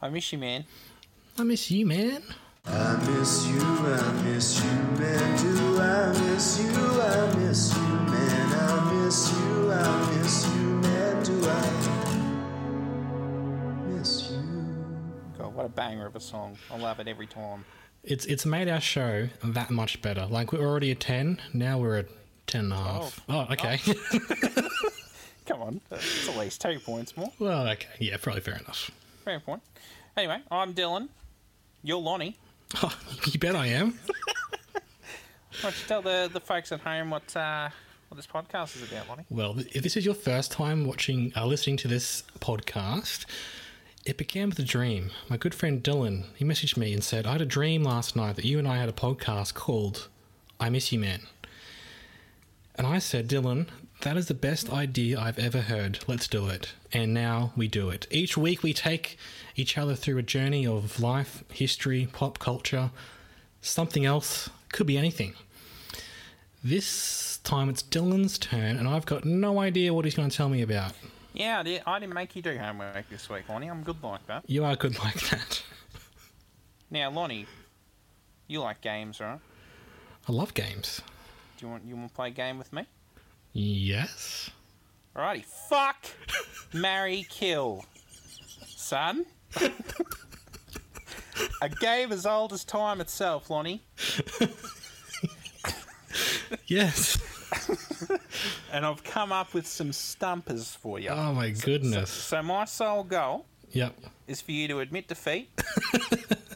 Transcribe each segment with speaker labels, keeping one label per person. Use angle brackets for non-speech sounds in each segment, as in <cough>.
Speaker 1: I miss you, man.
Speaker 2: I miss you, man.
Speaker 3: I miss you, I miss you, man. Do I miss you? I miss you, man. I miss you, I miss you, man. Do I miss you?
Speaker 1: God, what a banger of a song. I love it every time.
Speaker 2: It's it's made our show that much better. Like we're already a ten, now we're a ten and a half. Oh, okay.
Speaker 1: Come on, it's at least two points more.
Speaker 2: <laughs> well, okay. Yeah, probably fair enough.
Speaker 1: Fair point. Anyway, I'm Dylan. You're Lonnie.
Speaker 2: you bet I am.
Speaker 1: Why don't you tell the, the folks at home what uh, what this podcast is about, Lonnie?
Speaker 2: Well, th- if this is your first time watching, uh, listening to this podcast, it began with a dream. My good friend Dylan, he messaged me and said, "I had a dream last night that you and I had a podcast called I Miss You, Man." And I said, Dylan, that is the best idea I've ever heard. Let's do it. And now we do it. Each week we take each other through a journey of life, history, pop culture, something else, could be anything. This time it's Dylan's turn, and I've got no idea what he's going to tell me about.
Speaker 1: Yeah, I, did, I didn't make you do homework this week, Lonnie. I'm good like that.
Speaker 2: You are good like that.
Speaker 1: Now, Lonnie, you like games, right?
Speaker 2: I love games.
Speaker 1: Do you want you want to play a game with me?
Speaker 2: Yes.
Speaker 1: Alrighty, <laughs> fuck, marry, kill, <laughs> son. a game as old as time itself, Lonnie.
Speaker 2: Yes.
Speaker 1: And I've come up with some stumpers for you.
Speaker 2: Oh my goodness.
Speaker 1: So my sole goal
Speaker 2: Yep.
Speaker 1: is for you to admit defeat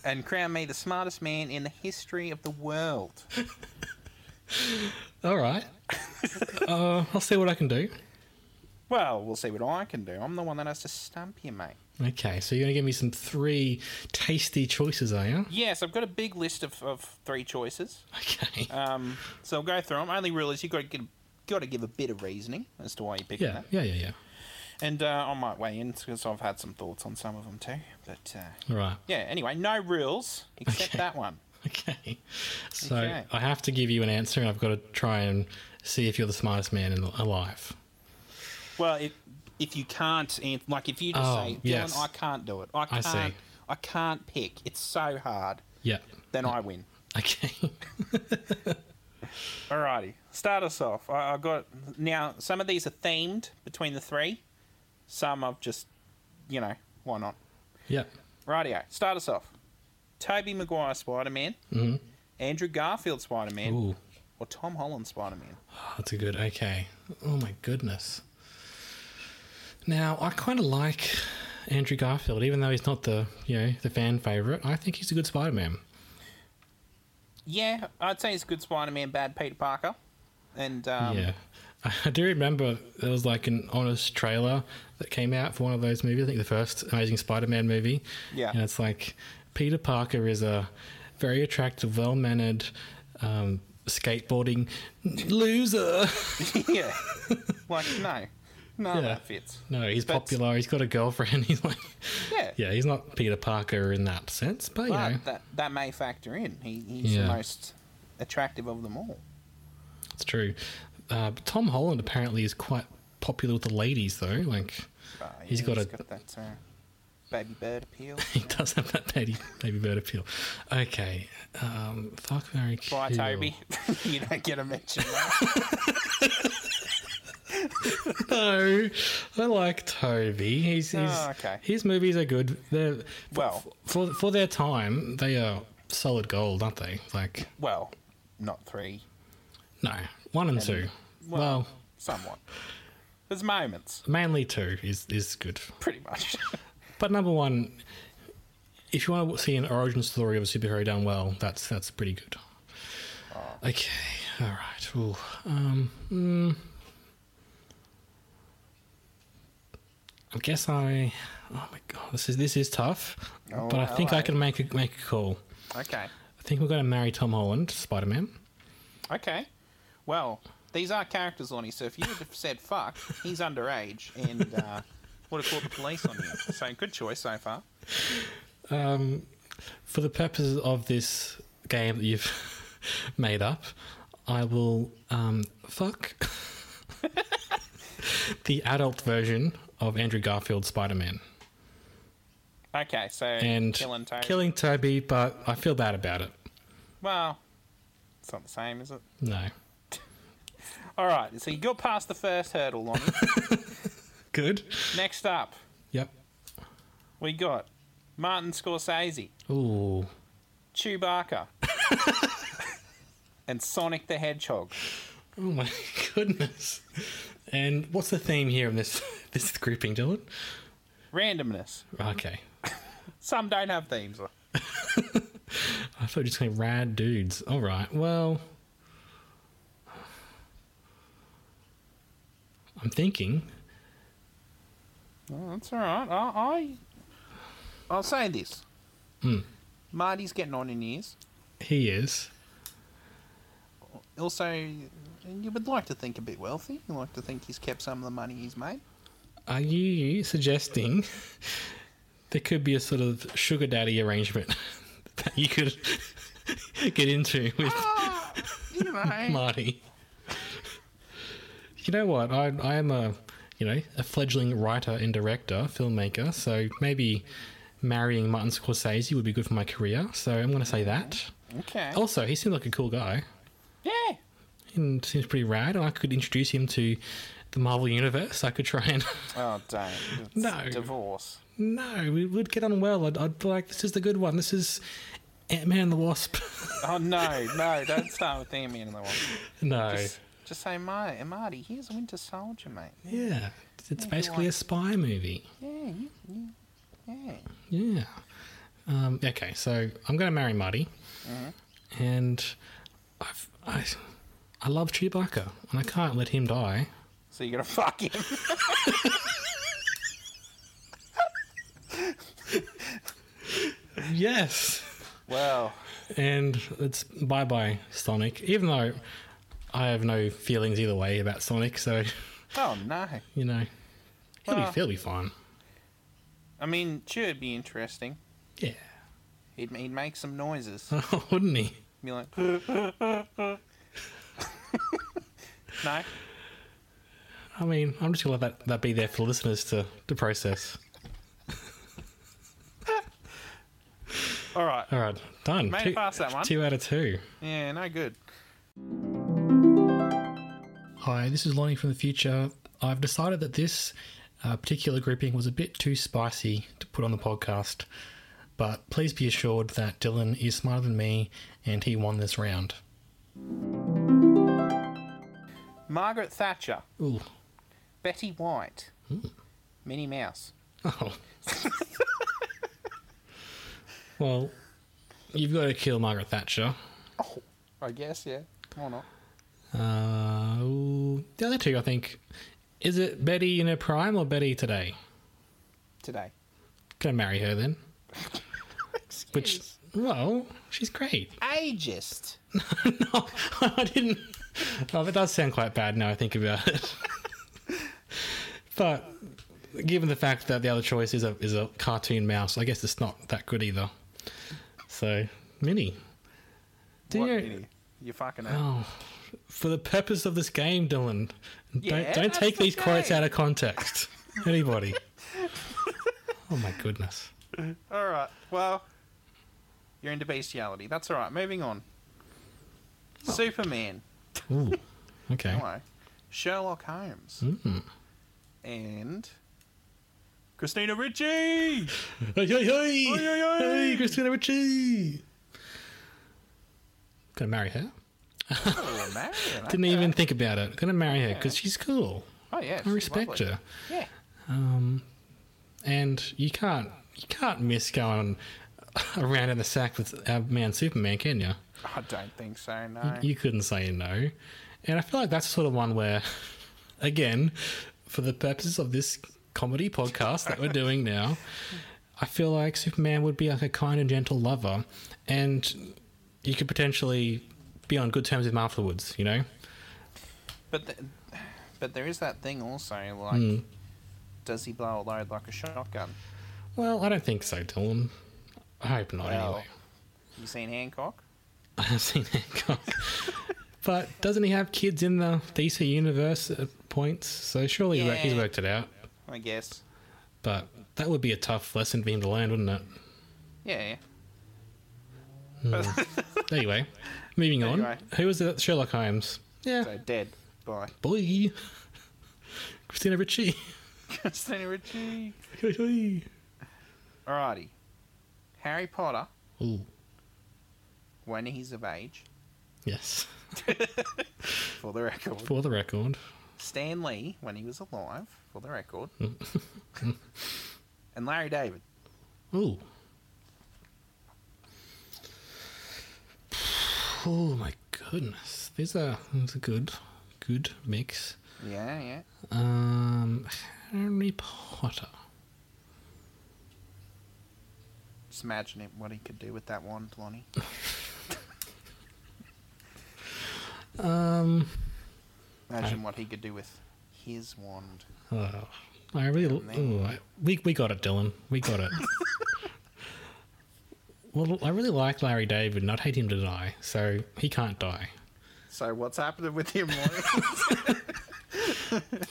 Speaker 1: and crown me the smartest man in the history of the world.
Speaker 2: All
Speaker 1: <laughs>
Speaker 2: right. Uh, I'll see what I can do.
Speaker 1: Well, we'll see what I can do. I'm the one that has to stump you, mate.
Speaker 2: Okay, so you're going to give me some three tasty choices, are you?
Speaker 1: Yes, I've got a big list of, of three choices.
Speaker 2: Okay.
Speaker 1: Um, so I'll go through them. Only rule is you've got to, get, got to give a bit of reasoning as to why you're picking
Speaker 2: yeah,
Speaker 1: that.
Speaker 2: yeah, yeah, yeah.
Speaker 1: And uh, I might weigh in because I've had some thoughts on some of them too. But uh,
Speaker 2: All right.
Speaker 1: yeah, anyway, no rules except that one.
Speaker 2: Okay. So
Speaker 1: Okay.
Speaker 2: I have to give you an answer, and I've got to try and see if you're the smartest man in, alive.
Speaker 1: Well, if if you can't, an- like if you just
Speaker 2: Oh,
Speaker 1: say, Dylan,
Speaker 2: yes.
Speaker 1: I can't do it. I
Speaker 2: I
Speaker 1: can't.
Speaker 2: see.
Speaker 1: I, can't pick. It's so hard.
Speaker 2: Yeah.
Speaker 1: Then I win.
Speaker 2: Okay. <laughs>
Speaker 1: Alrighty, start us off. I, I got now. Some of these are themed between the three. Some I've just, you know, why not?
Speaker 2: yep.
Speaker 1: Rightio, start us off. Toby Maguire Spider Man, Andrew Garfield Spider Man,
Speaker 2: Mm-hmm. Ooh,
Speaker 1: or Tom Holland Spider Man.
Speaker 2: that's a good. Okay. Oh my goodness. Now I kind of like Andrew Garfield, even though he's not the you know the fan favorite. I think he's a good Spider-Man.
Speaker 1: Yeah, I'd say it's good Spider Man, bad Peter Parker, and um,
Speaker 2: yeah. <laughs> I do remember there was like an honest trailer that came out for one of those movies. I think the first Amazing Spider-Man movie.
Speaker 1: Yeah.
Speaker 2: And it's like Peter Parker is a very attractive, well-mannered um, skateboarding loser.
Speaker 1: <laughs>
Speaker 2: <laughs>
Speaker 1: yeah. Like, no. No,
Speaker 2: Yeah.
Speaker 1: that fits.
Speaker 2: No, he's
Speaker 1: But-
Speaker 2: popular. He's got a girlfriend. <laughs> He's like,
Speaker 1: Yeah.
Speaker 2: yeah, he's not Peter Parker in that sense, but, you
Speaker 1: But
Speaker 2: know,
Speaker 1: that, that may factor in. He, he's
Speaker 2: Yeah.
Speaker 1: the most attractive of them all.
Speaker 2: it's true. Uh, but Tom Holland apparently is quite popular with the ladies, though. Like, <laughs>
Speaker 1: Uh,
Speaker 2: He's
Speaker 1: yeah,
Speaker 2: got a-
Speaker 1: got that uh, baby bird
Speaker 2: <laughs>
Speaker 1: appeal.
Speaker 2: he does have that baby, baby bird appeal. Okay, um, fuck Mary.
Speaker 1: Bye,
Speaker 2: kill.
Speaker 1: Toby. <laughs> you don't get a mention. mate.
Speaker 2: <laughs> No, I like Toby. He's, he's
Speaker 1: Oh, okay.
Speaker 2: his movies are good. They're
Speaker 1: Well.
Speaker 2: for for their time, they are solid gold, aren't they? Like,
Speaker 1: well, not three.
Speaker 2: no, one and two. Well,
Speaker 1: Somewhat. There's moments,
Speaker 2: mainly two is is good.
Speaker 1: pretty much. <laughs>
Speaker 2: But number one, if you want to see an origin story of a superhero done well, that's that's pretty good. Okay, all right. Ooh, hmm. um, mm. I guess I. Oh my god, this is this is tough.
Speaker 1: Oh,
Speaker 2: but I think I
Speaker 1: alright.
Speaker 2: can make a, make a call.
Speaker 1: Okay.
Speaker 2: I think we're going to marry Tom Holland, Spider Man.
Speaker 1: Okay. Well, these are characters, Lonnie, so if you would have said fuck, he's underage and uh, would have called the police on you. So good choice so far.
Speaker 2: For the purposes of this game that you've <laughs> made up, I will um, fuck <laughs> the adult version of Andrew Garfield's Spider Man.
Speaker 1: Okay, so
Speaker 2: And
Speaker 1: killing Toad.
Speaker 2: killing Toby, but I feel bad about it.
Speaker 1: Well, it's not the same, is it?
Speaker 2: No.
Speaker 1: All right, so you got past the first hurdle, Lonnie.
Speaker 2: Good.
Speaker 1: Next up,
Speaker 2: Yep.
Speaker 1: we got Martin Scorsese,
Speaker 2: Ooh.
Speaker 1: Chewbacca, and Sonic the Hedgehog.
Speaker 2: Oh my <laughs> goodness. And what's the theme here in this <laughs> this grouping, Dylan?
Speaker 1: Randomness.
Speaker 2: Okay.
Speaker 1: Some don't have themes.
Speaker 2: I thought you were just going rad dudes. All right. Well, I'm thinking.
Speaker 1: Oh, that's all right. I, I, I'll say this.
Speaker 2: Hmm.
Speaker 1: Marty's getting on in years.
Speaker 2: He is.
Speaker 1: Also, you would like to think a bit wealthy. You like to think he's kept some of the money he's made.
Speaker 2: Are you suggesting there could be a sort of sugar daddy arrangement <laughs> that you could <laughs> get into with
Speaker 1: Ah, You know,
Speaker 2: <laughs> Marty? You know what? I I am a you know a fledgling writer and director, filmmaker. So maybe marrying Martin Scorsese would be good for my career. So I'm going to say that.
Speaker 1: okay.
Speaker 2: Also, he seemed like a cool guy
Speaker 1: Yeah.
Speaker 2: and seems pretty rad. And I could introduce him to the Marvel Universe. I could try and. <laughs>
Speaker 1: Oh, don't. It's
Speaker 2: No.
Speaker 1: Divorce.
Speaker 2: no, we would get on well. I'd, I'd be like, this is the good one. This is Ant Man and the Wasp. <laughs>
Speaker 1: Oh no, no! Don't start with Ant Man and the Wasp.
Speaker 2: no.
Speaker 1: Just, just say, Marty, Marty, here's a Winter Soldier, mate.
Speaker 2: yeah. It's basically a spy movie.
Speaker 1: Yeah, you, you, yeah.
Speaker 2: Yeah. Um, okay, so I'm going to marry Marty. And I've, I, I love Chewbacca, and I can't let him die.
Speaker 1: So you're gonna fuck him.
Speaker 2: Yes.
Speaker 1: well,
Speaker 2: And it's bye bye Sonic. Even though I have no feelings either way about Sonic, so
Speaker 1: oh no.
Speaker 2: you know, he'll be
Speaker 1: Well.
Speaker 2: he'll be fine.
Speaker 1: I mean, sure, it'd be interesting.
Speaker 2: Yeah, <laughs>
Speaker 1: He'd, he'd make some noises.
Speaker 2: wouldn't he?
Speaker 1: Be like, <laughs> no.
Speaker 2: I mean, I'm just gonna let that, that be there for listeners to to process.
Speaker 1: All right.
Speaker 2: All right, done.
Speaker 1: Made it past that one.
Speaker 2: Two out of two.
Speaker 1: Yeah, no good.
Speaker 2: Hi, this is Lonnie from the future. I've decided that this uh, particular grouping was a bit too spicy to put on the podcast, but please be assured that Dylan is smarter than me and he won this round.
Speaker 1: Margaret Thatcher,
Speaker 2: Ooh.
Speaker 1: Betty White, Minnie Mouse.
Speaker 2: Oh. well, you've got to kill Margaret Thatcher.
Speaker 1: I guess, yeah. Or not.
Speaker 2: Uh, ooh, the other two, I think. Is it Betty in her prime or Betty today?
Speaker 1: Today.
Speaker 2: Gonna marry her then. Which, well, she's great. <laughs>
Speaker 1: Ageist.
Speaker 2: no, I didn't. Oh, that does sound quite bad now I think about it. but given the fact that the other choice is a is a cartoon mouse, I guess it's not that good either. So, Minnie. Do
Speaker 1: What,
Speaker 2: you-
Speaker 1: Minnie? You're fucking out.
Speaker 2: Oh, for the purpose of this game, Dylan,
Speaker 1: Yeah,
Speaker 2: don't don't
Speaker 1: that's
Speaker 2: take
Speaker 1: the
Speaker 2: these quotes
Speaker 1: game.
Speaker 2: out
Speaker 1: <laughs>
Speaker 2: of context. Anybody? oh my goodness.
Speaker 1: All right. Well, you're into bestiality. That's all right. Moving on. Superman.
Speaker 2: Ooh. Okay.
Speaker 1: Hello. Sherlock Holmes.
Speaker 2: Hmm.
Speaker 1: And Christina
Speaker 2: <laughs>
Speaker 1: Ritchie.
Speaker 2: Hey, hey, hey!
Speaker 1: Oi, oi, oi!
Speaker 2: Hey, Christina Ricci! Gonna marry her?
Speaker 1: oh, marry her.
Speaker 2: Didn't even think about it. Gonna marry her because she's cool.
Speaker 1: Oh yeah.
Speaker 2: I respect her.
Speaker 1: Yeah.
Speaker 2: And you can't you can't miss going around in the sack with our man Superman, can you?
Speaker 1: I don't think so. No.
Speaker 2: You couldn't say no. <laughs> And I feel like that's sort of one where, again, for the purposes of this comedy
Speaker 1: <laughs>
Speaker 2: podcast that we're doing now, I feel like Superman would be like a kind and gentle lover, and you could potentially be on good terms with him afterwards. You know,
Speaker 1: But th- but there is that thing also, like,
Speaker 2: Hmm.
Speaker 1: does he blow a load like a shotgun?
Speaker 2: well, I don't think so, Dylan. I hope not.
Speaker 1: Well,
Speaker 2: Anyway, <laughs>
Speaker 1: You seen Hancock?
Speaker 2: I have seen Hancock, but doesn't he have kids in the DC universe at points? So surely he's wor- he's
Speaker 1: Yeah.
Speaker 2: worked it out.
Speaker 1: I guess.
Speaker 2: But that would be a tough lesson for him to learn, wouldn't it?
Speaker 1: Yeah.
Speaker 2: Anyway, moving on.
Speaker 1: Anyway.
Speaker 2: Who was it? Sherlock Holmes. Yeah,
Speaker 1: So dead. Bye.
Speaker 2: boy. <laughs> Christina Ritchie.
Speaker 1: <laughs> Christina Ritchie.
Speaker 2: <laughs> Ooh.
Speaker 1: Alrighty. Harry Potter, when he's of age,
Speaker 2: Yes.
Speaker 1: for the record.
Speaker 2: For the record.
Speaker 1: Stan Lee, when he was alive, for the record.
Speaker 2: Hmm.
Speaker 1: <laughs> and Larry David.
Speaker 2: Ooh. Oh my goodness. These are, these are good. Good mix.
Speaker 1: Yeah, yeah.
Speaker 2: Um, Harry Potter.
Speaker 1: Just imagine it, what he could do with that wand, Lonnie.
Speaker 2: Um,
Speaker 1: Imagine what he could do with his wand.
Speaker 2: oh, I really. ooh, I- we we got it, Dylan. We got it. well, I really like Larry David, and I'd hate him to die, so he can't die.
Speaker 1: So what's happening with him,
Speaker 2: <laughs>
Speaker 1: Lonnie?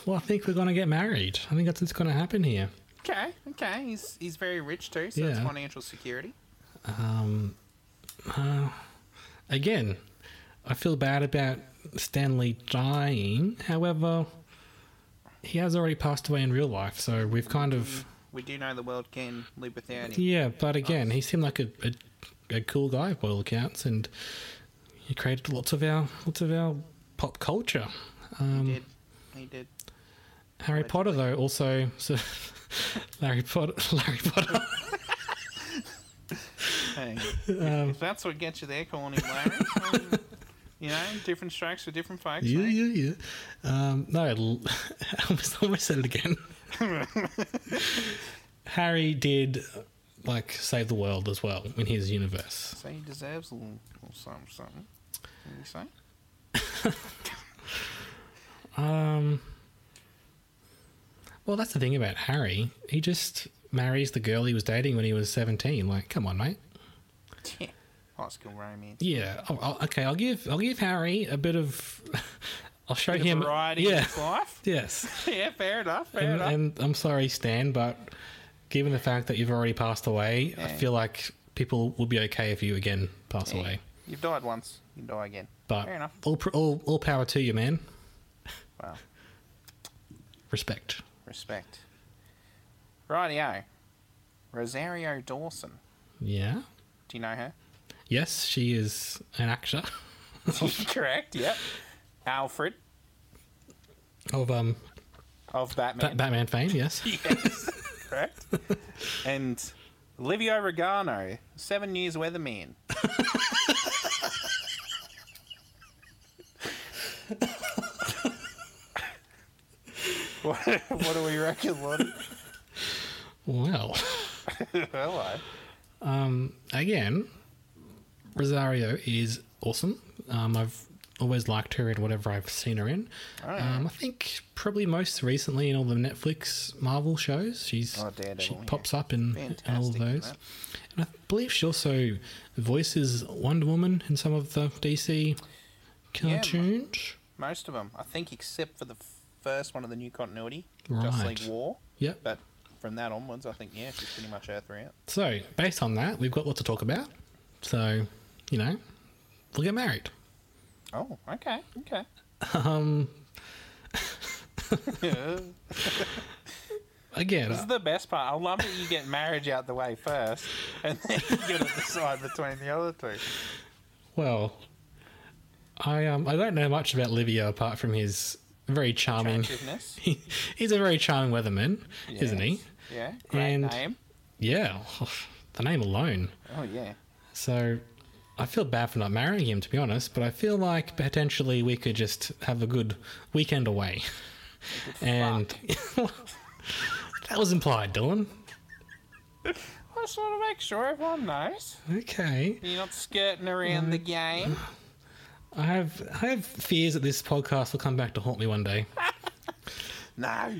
Speaker 2: Well, I think we're gonna get married. I think that's what's gonna happen here.
Speaker 1: okay, okay. He's he's very rich too, so it's
Speaker 2: Yeah.
Speaker 1: financial security.
Speaker 2: Again, I feel bad about Stanley dying. However, he has already passed away in real life, so we've kind of
Speaker 1: We do know the world can live without him.
Speaker 2: yeah. But again, he seemed like a, a, a cool guy by all accounts, and he created lots of our lots of our pop culture. um,
Speaker 1: he did. He did.
Speaker 2: Harry Potter, though, also so <laughs> Larry Potter. <laughs> Larry Potter. <laughs>
Speaker 1: Hey,
Speaker 2: Um,
Speaker 1: if that's what gets you there, calling him Larry. um, you know, different strokes for different folks.
Speaker 2: yeah,
Speaker 1: mate.
Speaker 2: yeah, yeah. Um, no, l- <laughs> I almost, almost said
Speaker 1: <laughs>
Speaker 2: it again. Harry did like save the world as well in his universe.
Speaker 1: So he deserves a little, little something, something. What do you say?
Speaker 2: Well, that's the thing about Harry. He just marries the girl he was dating when he was seventeen. Like, come on, mate.
Speaker 1: <laughs> Yeah. High school romance.
Speaker 2: Yeah. Oh, I'll, okay, I'll give I'll give Harry a bit of. <laughs> I'll show
Speaker 1: Bit of
Speaker 2: him.
Speaker 1: variety in
Speaker 2: yeah.
Speaker 1: his life. <laughs>
Speaker 2: Yes.
Speaker 1: Yeah, fair enough. Fair
Speaker 2: And,
Speaker 1: enough.
Speaker 2: and I'm sorry, Stan, but given the fact that you've already passed away, I
Speaker 1: Yeah.
Speaker 2: feel like people will be okay if you again pass away.
Speaker 1: You've died once. You can die again.
Speaker 2: But
Speaker 1: fair enough.
Speaker 2: all, pr- all all power to you, man.
Speaker 1: Wow.
Speaker 2: Respect.
Speaker 1: Respect. Rightio. Rosario Dawson.
Speaker 2: Yeah.
Speaker 1: Do you know
Speaker 2: <laughs>
Speaker 1: her? <laughs>
Speaker 2: Yes, she is an actor
Speaker 1: Correct. Yep. Alfred
Speaker 2: of um
Speaker 1: of Batman.
Speaker 2: Bat- Batman fame.
Speaker 1: <laughs>
Speaker 2: Yes.
Speaker 1: Yes. <laughs> Correct. And Livio Regano, seven years weatherman. <laughs> what, what do we reckon, Lottie?
Speaker 2: well,
Speaker 1: Hello.
Speaker 2: again, Rosario is awesome. Um, I've always liked her in whatever I've seen her in. Um, I think probably most recently in all the Netflix Marvel shows, she's
Speaker 1: Oh, Daredevil,
Speaker 2: she
Speaker 1: yeah.
Speaker 2: pops up in, in all of
Speaker 1: Fantastic in
Speaker 2: those.
Speaker 1: that.
Speaker 2: And I believe she also voices Wonder Woman in some of the DC cartoons.
Speaker 1: Most of them, I think, except for the first one of the new continuity, Just
Speaker 2: Right.
Speaker 1: League War.
Speaker 2: Yep.
Speaker 1: But from that onwards, I think yeah, she's pretty much her throughout.
Speaker 2: So, based on that, we've got what to talk about. So, you know, we'll get married.
Speaker 1: Oh, okay, okay. <laughs>
Speaker 2: <laughs>
Speaker 1: Um.
Speaker 2: Again, uh,
Speaker 1: This is the best part. I love that you get marriage out the way first, and then you got to decide between the other two.
Speaker 2: well, I um, I don't know much about Livio apart from his very charming.
Speaker 1: Attractiveness,
Speaker 2: <laughs> he's a very charming weatherman, isn't he?
Speaker 1: Yes. Yeah, great
Speaker 2: And-
Speaker 1: name.
Speaker 2: Yeah, <sighs> the name alone.
Speaker 1: Oh yeah,
Speaker 2: So, I feel bad for not marrying him, to be honest. But I feel like potentially we could just have a good weekend away, and <laughs> That was implied, Dylan.
Speaker 1: I just want to make sure everyone knows.
Speaker 2: Okay.
Speaker 1: You're not skirting around the game.
Speaker 2: I have I have fears that this podcast will come back to haunt me one day.
Speaker 1: No.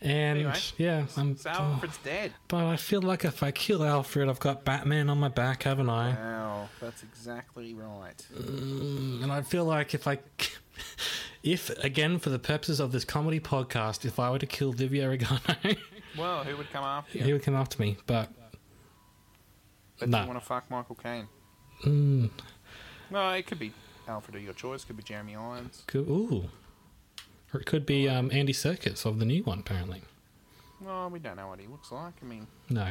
Speaker 2: And
Speaker 1: Anyway,
Speaker 2: yeah, I'm.
Speaker 1: So Alfred's dead.
Speaker 2: But I feel like if I kill Alfred, I've got Batman on my back, haven't I?
Speaker 1: Wow, that's exactly right.
Speaker 2: And I feel like if I, <laughs> if again for the purposes of this comedy podcast, if I were to kill Divya <laughs> Regano,
Speaker 1: Well, who would come after you?
Speaker 2: he would come after me. But
Speaker 1: But
Speaker 2: No.
Speaker 1: you want to fuck Michael Caine? No, it could be Alfred of your choice. Could be Jeremy Irons.
Speaker 2: could, ooh, or it could be um, Andy Circus of the new one, apparently.
Speaker 1: No, we don't know what he looks like. I mean,
Speaker 2: No,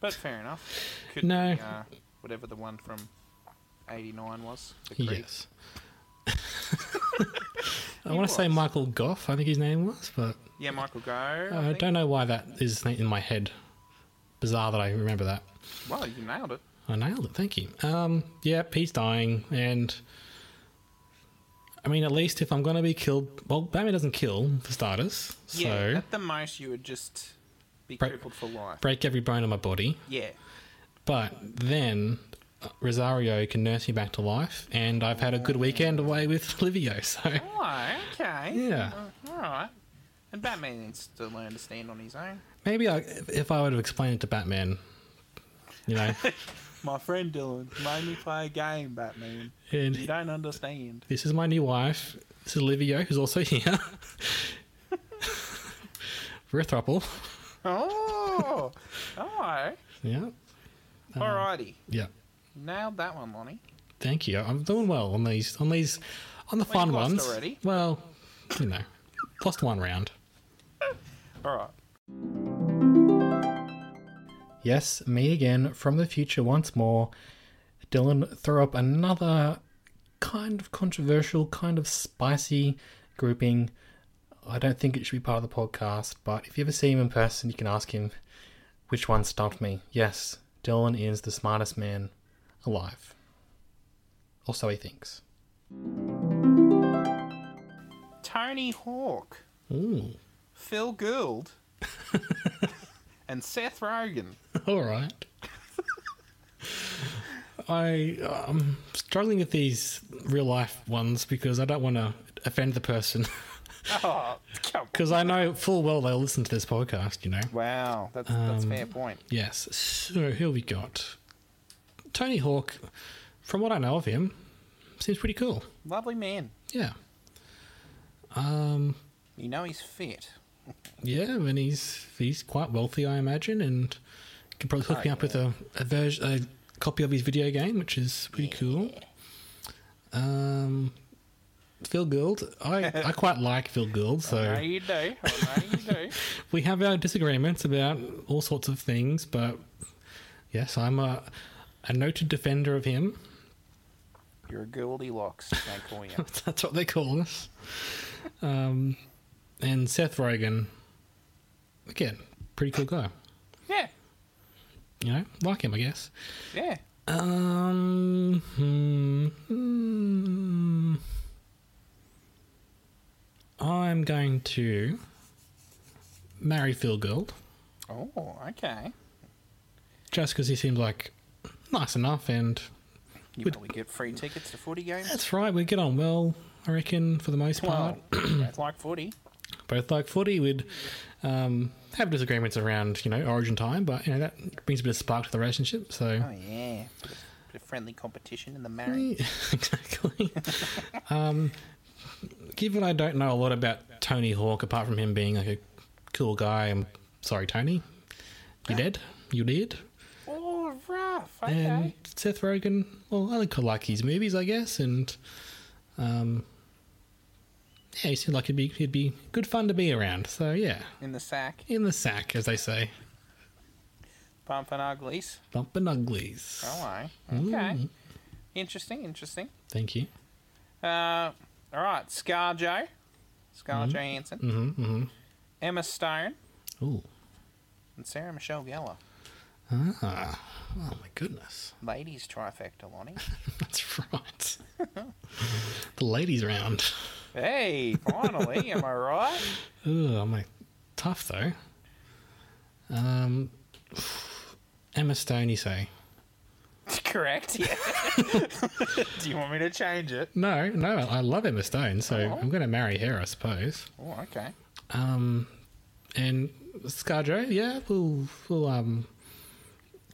Speaker 1: but fair enough. Could
Speaker 2: No.
Speaker 1: be uh, whatever the one from '89 was. The Creep. <laughs>
Speaker 2: yes. I want to say
Speaker 1: was.
Speaker 2: Michael Goff. I think his name was, but
Speaker 1: Yeah, Michael Go. I
Speaker 2: I
Speaker 1: think.
Speaker 2: Uh, don't know why that is in my head. Bizarre that I remember that.
Speaker 1: Well, you nailed it.
Speaker 2: I nailed it. Thank you. Um, yep, he's dying, and I mean, at least if I'm going to be killed, well, Batman doesn't kill for starters, so
Speaker 1: yeah, at the most you would just be
Speaker 2: Break-
Speaker 1: crippled for life.
Speaker 2: break every bone in my body.
Speaker 1: Yeah.
Speaker 2: But then uh, Rosario can nurse me back to life, and I've had a good weekend away with <laughs> Livio. So
Speaker 1: Oh, okay.
Speaker 2: Yeah.
Speaker 1: Uh, all right. And Batman needs to learn to stand on his own.
Speaker 2: maybe I, if I would have explained it to Batman,
Speaker 1: <laughs>
Speaker 2: you know,
Speaker 1: My friend Dylan made me play a game, Batman. You
Speaker 2: and
Speaker 1: don't understand.
Speaker 2: this is my new wife. This is Livio, who's also here. <laughs> We're a throuple. <laughs>
Speaker 1: Oh, oh.
Speaker 2: Yeah. Uh.
Speaker 1: Alrighty.
Speaker 2: Yeah.
Speaker 1: Nailed that one, Lonnie.
Speaker 2: Thank you. I'm doing well on these on these on the
Speaker 1: Well,
Speaker 2: fun
Speaker 1: you've lost
Speaker 2: ones.
Speaker 1: already.
Speaker 2: Well, you know, lost one round.
Speaker 1: Alright.
Speaker 2: Yes, me again from the future once more. Dylan threw up another kind of controversial, kind of spicy grouping. I don't think it should be part of the podcast, but if you ever see him in person, you can ask him which one stumped me. Yes, Dylan is the smartest man alive. Or so he thinks.
Speaker 1: Tony Hawk,
Speaker 2: Ooh.
Speaker 1: Phil Gould, <laughs> and Seth Rogen.
Speaker 2: All right. I um struggling with these real life ones because I don't want to offend the person <laughs>
Speaker 1: Oh, come on.
Speaker 2: because I know full well they'll listen to this podcast, you know.
Speaker 1: Wow, that's that's fair
Speaker 2: Um,
Speaker 1: point.
Speaker 2: Yes. So who have we got? Tony Hawk. From what I know of him, seems pretty cool.
Speaker 1: Lovely man.
Speaker 2: Yeah.
Speaker 1: You know he's fit.
Speaker 2: Yeah, and he's he's quite wealthy, I imagine, and can probably hook me up with a a, vers- a copy of his video game, which is pretty cool. Um, Phil Gould, I I quite like Phil Gould,
Speaker 1: I know
Speaker 2: so
Speaker 1: you do. I know you do.
Speaker 2: we have our disagreements about all sorts of things, but yes, I'm a a noted defender of him.
Speaker 1: <laughs>
Speaker 2: <laughs>
Speaker 1: You're a Goldilocks, they call you.
Speaker 2: That's what they call us. Um, and Seth Rogen, again, pretty cool guy.
Speaker 1: <laughs> Yeah,
Speaker 2: You know, like him, I guess.
Speaker 1: yeah.
Speaker 2: Um. hmm, hmm. I'm going to marry Phil Gould
Speaker 1: Oh, okay.
Speaker 2: just because he seemed like nice enough, and
Speaker 1: You
Speaker 2: Would-
Speaker 1: probably get free tickets to footy games.
Speaker 2: that's right. We get on well, I reckon, for the most part. <clears throat>
Speaker 1: Well, it's like footy.
Speaker 2: Both like footy, we'd um, have disagreements around you know origin time, but you know that brings a bit of spark to the relationship. So.
Speaker 1: Oh yeah, bit of, bit of friendly competition in the marriage.
Speaker 2: <laughs> exactly. um, given I don't know a lot about Tony Hawk apart from him being like a cool guy. I'm sorry, Tony. You dead? You dead?
Speaker 1: Oh, rough. Okay.
Speaker 2: Mm. And Seth Rogen. Well, I like I like his movies, I guess, and um, yeah, he seemed like he'd be he'd be good fun to be around. So yeah,
Speaker 1: in the sack,
Speaker 2: in the sack, as they say,
Speaker 1: bumping uglies.
Speaker 2: bumping uglies.
Speaker 1: Oh, aye. Okay.
Speaker 2: Mm.
Speaker 1: Interesting. Interesting.
Speaker 2: Thank you.
Speaker 1: Uh, all right. ScarJo, ScarJo Hansen,
Speaker 2: Mm-hmm, mm-hmm.
Speaker 1: Emma Stone,
Speaker 2: Ooh.
Speaker 1: and Sarah Michelle Gellar.
Speaker 2: Ah. Oh my goodness. <laughs>
Speaker 1: Ladies trifecta, Lonnie.
Speaker 2: That's right. the ladies round.
Speaker 1: hey, finally, am I right? <laughs>
Speaker 2: Ugh, I'm like, tough though. Um, Emma Stone, you say?
Speaker 1: Correct. Yeah. <laughs> Do you want me to change it?
Speaker 2: No, no, I love Emma Stone, so I'm going to marry her, I suppose.
Speaker 1: Oh, okay.
Speaker 2: Um, and ScarJo, yeah, we'll we'll um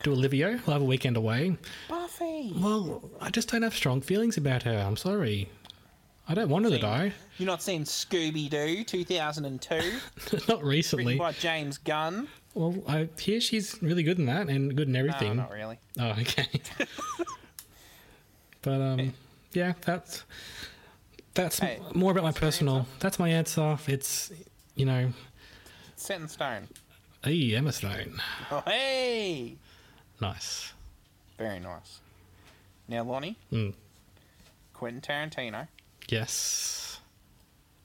Speaker 2: do Olivia. We'll have a weekend away.
Speaker 1: Buffy.
Speaker 2: Well, I just don't have strong feelings about her. I'm sorry. I don't want her to die. <laughs>
Speaker 1: You're not seeing Scooby Doo 2002,
Speaker 2: Not
Speaker 1: written
Speaker 2: recently.
Speaker 1: by James Gunn?
Speaker 2: Well, I hear she's really good in that and good in
Speaker 1: No,
Speaker 2: everything.
Speaker 1: not really.
Speaker 2: Oh, okay. but um, yeah, that's that's
Speaker 1: Hey,
Speaker 2: more about my personal. That's my answer. It's you know,
Speaker 1: Set in stone.
Speaker 2: hey, Emma Stone,
Speaker 1: Oh, hey.
Speaker 2: nice.
Speaker 1: Very nice. Now, Lonnie.
Speaker 2: Mm.
Speaker 1: Quentin Tarantino,
Speaker 2: Yes.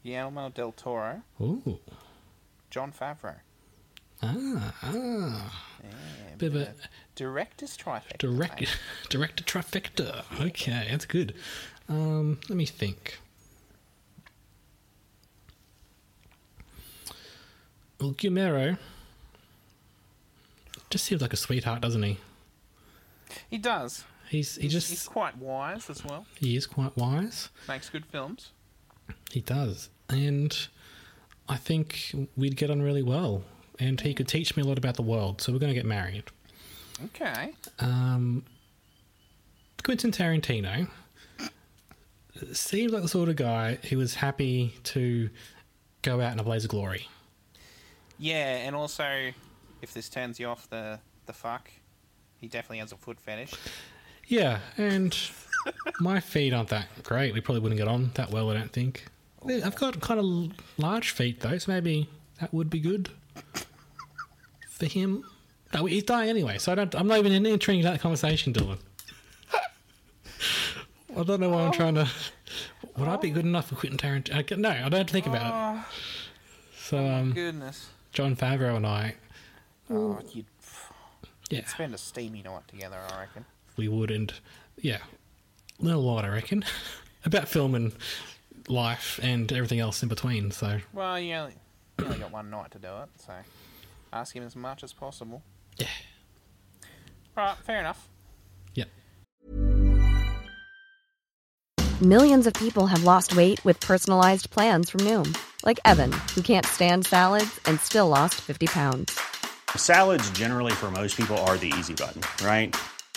Speaker 1: Guillermo del Toro,
Speaker 2: Ooh.
Speaker 1: John Favreau.
Speaker 2: Ah, ah. Bit of a
Speaker 1: Directors trifecta.
Speaker 2: direct, <laughs>
Speaker 1: mate.
Speaker 2: director trifecta. Okay, that's good. Um, let me think. Well, Guillermo just seems like a sweetheart, doesn't he?
Speaker 1: He does.
Speaker 2: He's he just
Speaker 1: He's quite wise as well.
Speaker 2: he is quite wise.
Speaker 1: Makes good films.
Speaker 2: He does, and I think we'd get on really well. And he could teach me a lot about the world, so we're going to get married.
Speaker 1: Okay.
Speaker 2: Um, Quentin Tarantino seemed like the sort of guy who was happy to go out in a blaze of glory.
Speaker 1: Yeah, and also, if this turns you off the the fuck, he definitely has a foot fetish.
Speaker 2: Yeah, and my feet aren't that great. We probably wouldn't get on that well, I don't think. I've got kind of large feet though, so maybe that would be good for him. No, he's dying anyway, so I don't. I'm not even entering that conversation, Dylan. I don't know why I'm trying to. Would I be good enough for Quentin Tarantino? No, I don't think about it. So, um,
Speaker 1: Goodness.
Speaker 2: John Favreau and I,
Speaker 1: Oh, you'd
Speaker 2: yeah,
Speaker 1: spend a steamy night together, I reckon.
Speaker 2: we would, and yeah, a little lot, I reckon, <laughs> about film and life and everything else in between. So,
Speaker 1: Well, you only, you only got one night to do it, so ask him as much as possible.
Speaker 2: yeah,
Speaker 1: Right, fair enough.
Speaker 2: yeah.
Speaker 4: Millions of people have lost weight with personalized plans from Noom, like Evan, who can't stand salads and still lost 50 pounds.
Speaker 5: Salads, generally, for most people, are the easy button, right?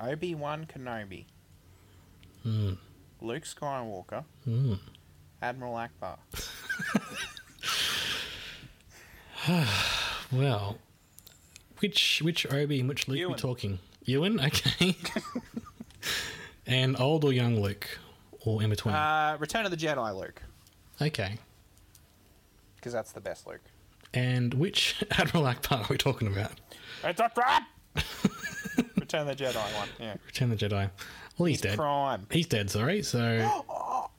Speaker 1: Obi Wan Kenobi,
Speaker 2: Hmm.
Speaker 1: Luke Skywalker, Admiral Akbar.
Speaker 2: Well, which which Obi and which Luke we
Speaker 1: Ewan.
Speaker 2: talking? Ewan, okay. <laughs> and old or young Luke, or in between?
Speaker 1: Uh, Return of the Jedi Luke,
Speaker 2: okay.
Speaker 1: because that's the best Luke.
Speaker 2: And which <laughs> Admiral Akbar are we talking about?
Speaker 1: It's a
Speaker 2: <laughs>
Speaker 1: trap! Return of the Jedi one, yeah.
Speaker 2: Return of the Jedi. Well, he's,
Speaker 1: He's
Speaker 2: dead.
Speaker 1: prime.
Speaker 2: He's dead. Sorry. So,
Speaker 1: <gasps>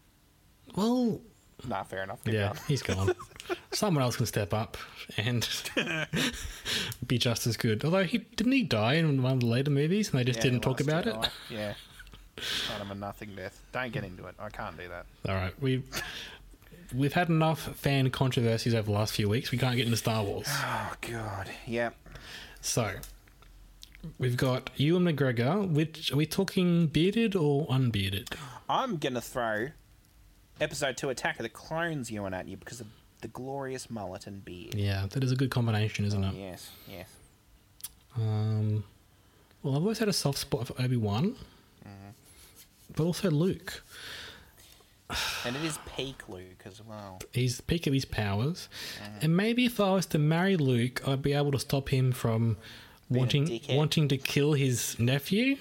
Speaker 2: well,
Speaker 1: Nah, fair enough. good
Speaker 2: yeah,
Speaker 1: enough.
Speaker 2: he's gone. Someone else can step up and <laughs> be just as good. Although he didn't he die in one of the later movies, and they just
Speaker 1: Yeah,
Speaker 2: didn't talk
Speaker 1: Last
Speaker 2: about it.
Speaker 1: Jedi, Yeah. Kind of a nothing death. Don't get into it. I can't do that.
Speaker 2: All right, we we've had enough fan controversies over the last few weeks. We can't get into
Speaker 1: <sighs>
Speaker 2: Star Wars,
Speaker 1: Oh, God. Yeah.
Speaker 2: so we've got Ewan McGregor. Which are we talking bearded or unbearded?
Speaker 1: I'm going to throw episode 2 Attack of the Clones Ewan at you because of the glorious mullet and beard.
Speaker 2: Yeah, that is a good combination, isn't it?
Speaker 1: Yes, yes.
Speaker 2: Um, well, I've always had a soft spot for Obi Wan.
Speaker 1: Mm-hmm.
Speaker 2: but also Luke.
Speaker 1: And it is peak Luke as well.
Speaker 2: He's the peak of his powers.
Speaker 1: Mm-hmm.
Speaker 2: And maybe if I was to marry Luke, I'd be able to stop him from wanting
Speaker 1: dickhead.
Speaker 2: wanting to kill his nephew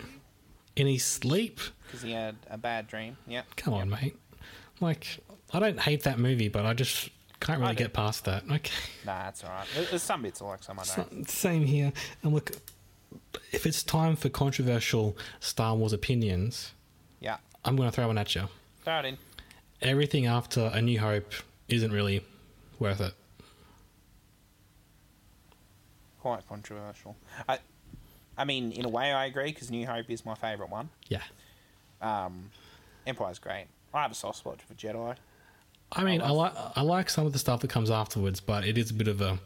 Speaker 2: in his sleep.
Speaker 1: Because he had a bad dream. Yep.
Speaker 2: Come on, mate. Like, I don't hate that movie, but I just can't really
Speaker 1: do.
Speaker 2: get past that. Okay.
Speaker 1: Nah, that's alright. There- There's some bits I like, some I don't.
Speaker 2: So- Same here. And look, if it's time for controversial Star Wars opinions,
Speaker 1: Yeah.
Speaker 2: I'm going to throw one at you.
Speaker 1: Throw it in.
Speaker 2: Everything after A New Hope isn't really worth it.
Speaker 1: Quite controversial. I, I mean, in a way, I agree because New Hope is my favourite one.
Speaker 2: Yeah.
Speaker 1: Um, Empire's great. I have a soft spot for Jedi.
Speaker 2: I mean, I like I like some of the stuff that comes afterwards, but it is a bit of a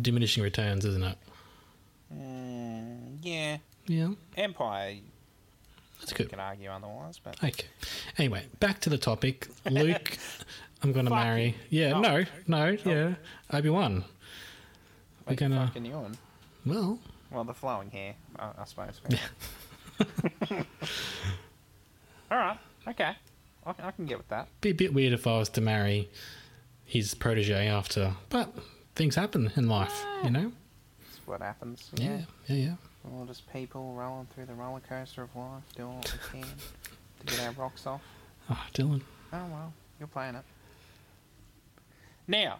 Speaker 2: diminishing returns, isn't it?
Speaker 1: Mm, yeah.
Speaker 2: Yeah,
Speaker 1: Empire,
Speaker 2: that's good.
Speaker 1: you can argue otherwise, but
Speaker 2: Okay. Anyway, back to the <laughs> topic. Luke, I'm going to
Speaker 1: Fuck
Speaker 2: marry. Yeah,
Speaker 1: Oh.
Speaker 2: no, no, yeah, Obi Wan. We're
Speaker 1: Like
Speaker 2: gonna.
Speaker 1: fucking yawn.
Speaker 2: Well,
Speaker 1: Well, the flowing hair, I, I suppose. <laughs> All right. Okay. I, I can get with that.
Speaker 2: be a bit weird if I was to marry his protege after, but things happen in life, you know.
Speaker 1: It's what happens. you
Speaker 2: Yeah,
Speaker 1: know?
Speaker 2: yeah, yeah.
Speaker 1: We're all just people rolling through the roller coaster of life, doing what we can to get our rocks off.
Speaker 2: Oh, Dylan.
Speaker 1: Oh well, you're playing it. Now,